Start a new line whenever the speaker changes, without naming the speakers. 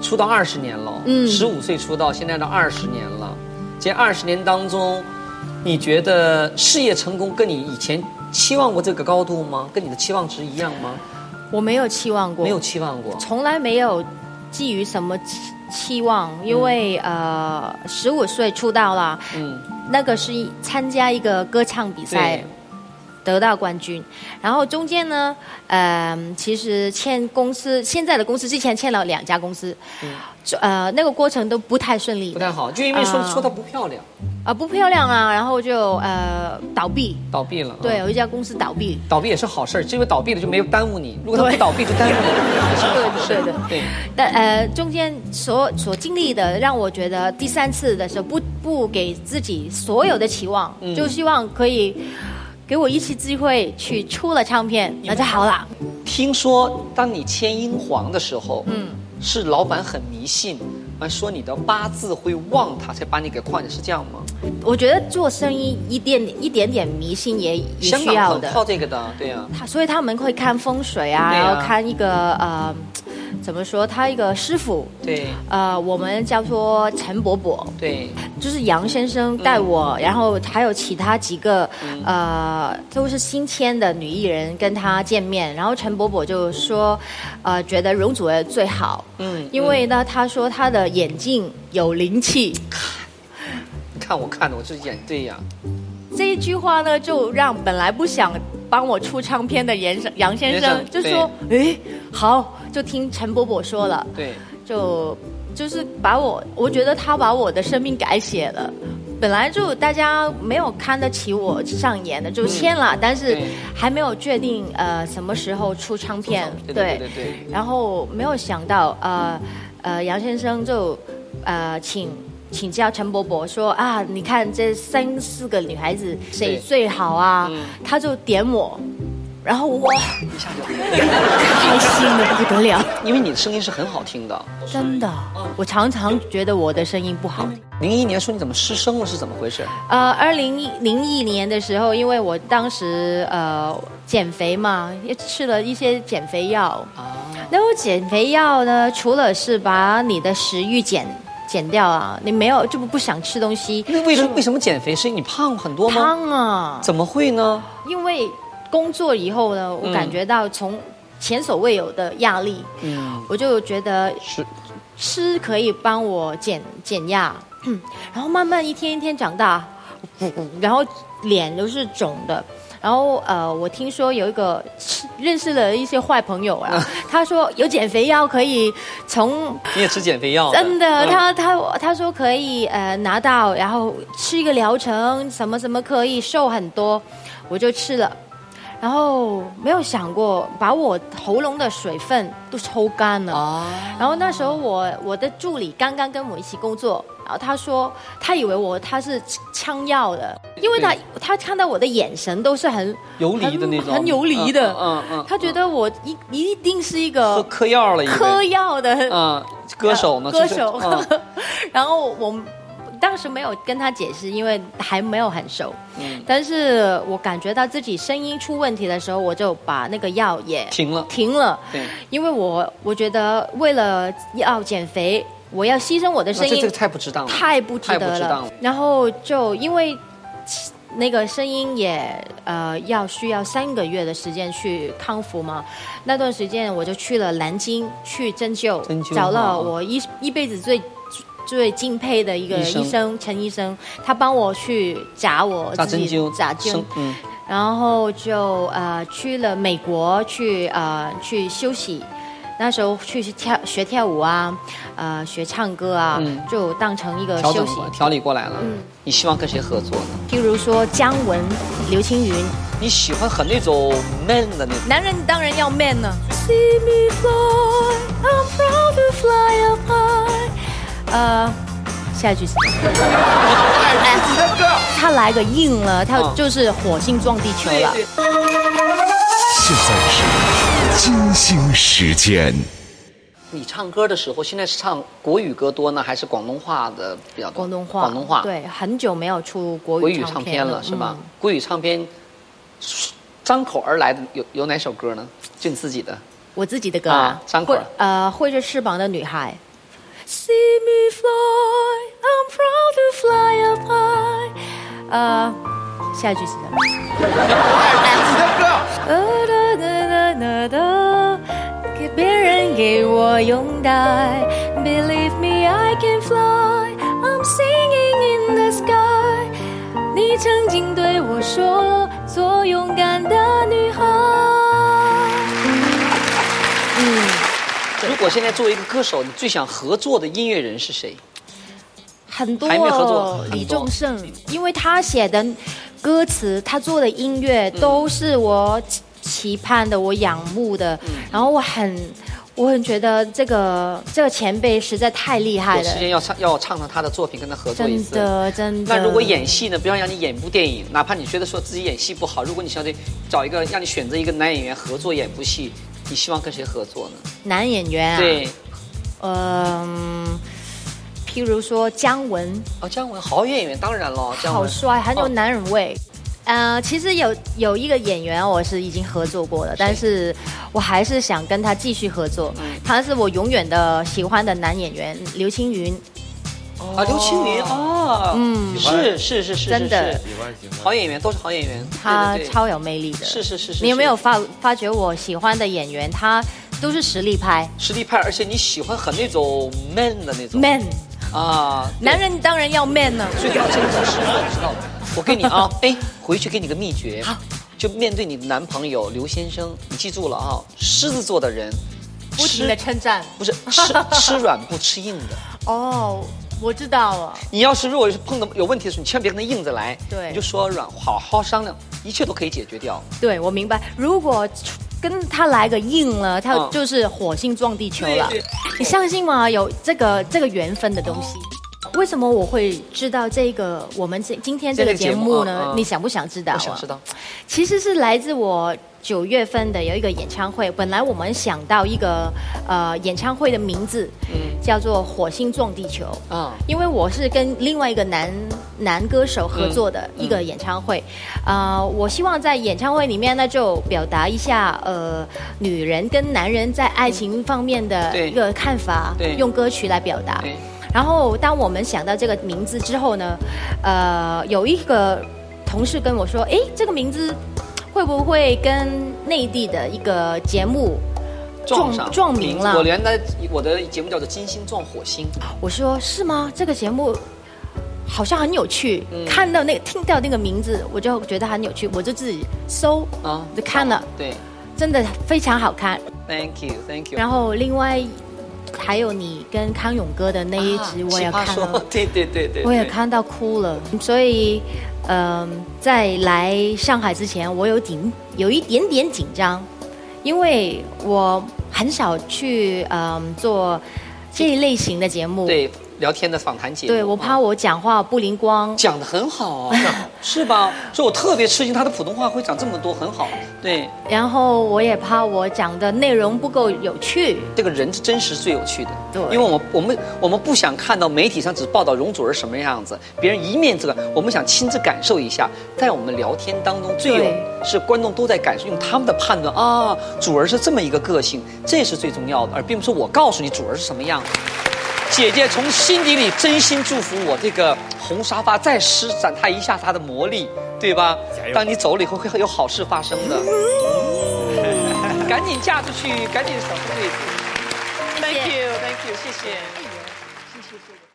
出道二十年了，
嗯
十五岁出道，现在到二十年了。这二十年当中，你觉得事业成功跟你以前期望过这个高度吗？跟你的期望值一样吗？
我没有期望过，
没有期望过。
从来没有寄予什么期期望，因为、呃，十五岁出道了，
嗯，
那个是一参加一个歌唱比赛
对，
得到冠军，然后中间呢，呃，其实欠公司现在的公司之前欠了两家公司，就呃，那个过程都不太顺利
嗯不，太好，就因为说
啊
说她不漂亮，
啊，不漂亮啊，然后就呃倒闭，
倒闭了。啊，
对，有一家公司倒闭，
倒闭也是好事儿，因为倒闭了就没有耽误你。如果她不
对
倒闭就耽误 你。
对对对
对，
但呃，中间所所经历的，让我觉得第三次的时候不不给自己所有的期望，
嗯
就希望可以给我一次机会去出了唱片，那就好了。
听说当你签英皇的时候，嗯，是老板很迷信，完说你的八字会旺他，才把你给框，你是这样吗？
我觉得做生意一点一点点迷信也也
香
需
港
要
很
的，
靠这个的，对啊呀、
他所以他们会看风水啊，
对啊
然后看一个呃，怎么说，他一个师傅，
对
呃，我们叫做陈伯伯，
对，
就是杨先生带我，然后还有其他几个、呃都是新签的女艺人跟她见面，然后陈伯伯就说，呃，觉得容祖儿最好，
嗯
因为呢，他说她的眼睛有灵气，
你看我看的，我是眼对呀、
这一句话呢，就让本来不想帮我出唱片的杨生杨先生
杨
就
先生
说，诶，好，就听陈伯伯说了，
对，
就就是把我，我觉得他把我的生命改写了。本来就大家没有看得起我上演的，就签了，但是
嗯对
还没有决定呃什么时候出唱片，
对对对对对
然后没有想到呃呃杨先生就呃请。请教陈伯伯说啊，你看这三四个女孩子谁
对
最好啊？
嗯
他就点我，然后我
一下就，
开心的不得了。
因为你的声音是很好听的。
真的，
哦
我常常觉得我的声音不好。
零一年说你怎么失声了，是怎么回事？
呃，二零零一年的时候，因为我当时呃减肥嘛，也吃了一些减肥药。
啊，
那我减肥药呢，除了是把你的食欲减减掉啊，你没有就不不想吃东西，
那为什么为什么减肥？是因为你胖很多吗？
嗯胖啊。
怎么会呢？
因为工作以后呢，我
嗯
感觉到从前所未有的压力，
嗯，
我就觉得
是
吃可以帮我减减压， 然后慢慢一天一天长大，嗯然后脸都是肿的。然后呃，我听说有一个认识了一些坏朋友啊，他说有减肥药可以从
你也吃减肥药？
真的，
嗯
他他他说可以呃拿到，然后吃一个疗程，什么什么可以瘦很多，我就吃了，然后没有想过把我喉咙的水分都抽干了。
啊，
然后那时候我我的助理刚刚跟我一起工作，然后他说他以为我他是枪药的，因为他他看到我的眼神都是很
游离的那种，
很很游离的，
嗯嗯嗯
他觉得我一一定是一
喝
个
嗑药了，以为
嗑药的呃
嗯，歌手呢？
歌
就是
手
嗯，
然后我当时没有跟他解释，因为还没有很熟，
嗯
但是我感觉到自己声音出问题的时候，我就把那个药也
停了。
停了。
对，
因为我我觉得为了要减肥，我要牺牲我的
那
声
这
音
啊这个，太不值当了，
太不值
太不
得
值当
了
了。。
然后就因为那个声音也呃要需要三个月的时间去康复嘛，那段时间我就去了南京去针灸，
针灸
找
啊
了我一一辈子最。最敬佩的一个
医生
医生陈医生，他帮我去扎我
扎
自
针
己
灸，
扎针
生，嗯，
然后就呃去了美国去呃去休息，那时候去跳学跳舞啊，呃学唱歌啊，
嗯
就当成一个
调
呃休
整
息嗯
过，。调理过来了。你希望跟谁合作呢？
譬如说姜文、刘青云，
你喜欢很那种 man 的那种，
男人当然要 man 啊呢。See me fly, I'm proud to fly up high。呃，下一 句是。哎他来个硬了，他
嗯
就是火星撞地球了。
对，
现在是金星时间。
你唱歌的时候，现在是唱国语歌多呢，还是广东话的比较多？
广东话，
广东话，，
对，很久没有出国
国
语
语
唱
唱
片
片
了，
了是吧
嗯？
国语唱片张口而来的有有哪首歌呢？就你自己的
我自己的歌啊
啊，张
会
口
呃，挥着翅膀的女孩， See me fly, I'm proud to fly up high。呃，下一句是什么？呃哒哒哒哒哒，给别人给我拥戴。Believe me, I can fly. I'm singing in the sky. 你曾经对我说，做勇敢的女孩。
如果现在作为一个歌手，你最想合作的音乐人是谁？
很多
还没合作很多
李宗盛，因为他写的歌词，他做的音乐都是我期期盼的，我仰慕的。
嗯
然后我很，我很觉得这个这个前辈实在太厉害
有时
了，
间要唱要唱唱他的作品，跟他合作一
真
次。
的真的。
那如果演戏呢？比方让你演一部电影，哪怕你觉得说自己演戏不好，如果你想得找一个让你选择一个男演员合作演部戏，你希望跟谁合作呢？
男演员啊，
对，
嗯，譬如说姜文，
哦，姜文好演员，当然了，姜
好
文
帅，很有
哦
男人味。呃，其实有有一个演员哦我是已经合作过了，但是我还是想跟他继续合作。
嗯
他是我永远的喜欢的男演员刘青云，
啊，刘青云啊，嗯，是是是是，
真的
是
喜欢喜欢。
好演员都是好演员，
他
对对对
超有魅力的。
是是是是，
你有没
是
有发发觉我喜欢的演员，他都是实力派
实力派？而且你喜欢很那种 man 的那种
，man，
啊，
男人当然要 man 呢、
所以他真的是我知道的。我给你 啊，哎，回去给你个秘诀
好，
就面对你的男朋友刘先生，你记住了啊，狮子座的人，
不停的
吃
称赞。
不是 吃吃软不吃硬的。
哦，我知道了。
你要是如果是碰到有问题的时候，你千万别跟他硬着来，
对
你就说软，好好商量，一切都可以解决掉。
对，我明白。如果跟他来个硬了，他
嗯
就是火星撞地球了。
对对
你相信吗？有这个这个缘分的东西。
哦
为什么我会知道这个？我们这今天这
这
个
个节
节
目
目呢？
嗯嗯
你想不想知道、啊？
我想知道。
其实是来自我九月份的有一个演唱会，本来我们想到一个呃演唱会的名字，
嗯
叫做《火星撞地球》
啊
因为我是跟另外一个男男歌手合作
嗯
的一个演唱会，呃，我希望在演唱会里面呢就表达一下呃女人跟男人在爱情方面的
对
一个看法，
对
用歌曲来表达
对。
然后当我们想到这个名字之后呢，呃，有一个同事跟我说，诶，这个名字会不会跟内地的一个节目
撞上
撞名了？
我原来我的节目叫做《金星撞火星》，
我说是吗？这个节目好像很有趣，
嗯
看到那个听到那个名字，我就觉得很有趣，我就自己搜啊
啊，
就看了，
对
真的非常好看。
，Thank you，Thank you。
然后另外还有你跟康永哥的那一集，我也
啊
看
奇葩说
了，
对对对对，
我也
对。
看到哭了。所以，嗯、在来上海之前，我有紧有一点点紧张，因为我很少去嗯、做这一类型的节目，
对聊天的访谈节目，
哦对，我怕
啊
我讲话不灵光。
讲的很好啊，是吧？ 所以我特别吃惊，他的普通话会讲这么多，很好。对，
然后我也怕我讲的内容不够有趣。
这个人是真实最有趣的，
对
因为我们我们我们不想看到媒体上只报道容祖儿什么样子，别人一面这个，我们想亲自感受一下，在我们聊天当中最有
对
是观众都在感受，用他们的判断啊，祖儿是这么一个个性，这是最重要的，而并不是我告诉你祖儿是什么样子。姐姐从心底里真心祝福我这个红沙发再施展它一下它的魔力，对吧
加？油
当你走了以后，会有好事发生的。赶紧嫁出去，赶紧守护自己。Thank you, thank you，谢谢。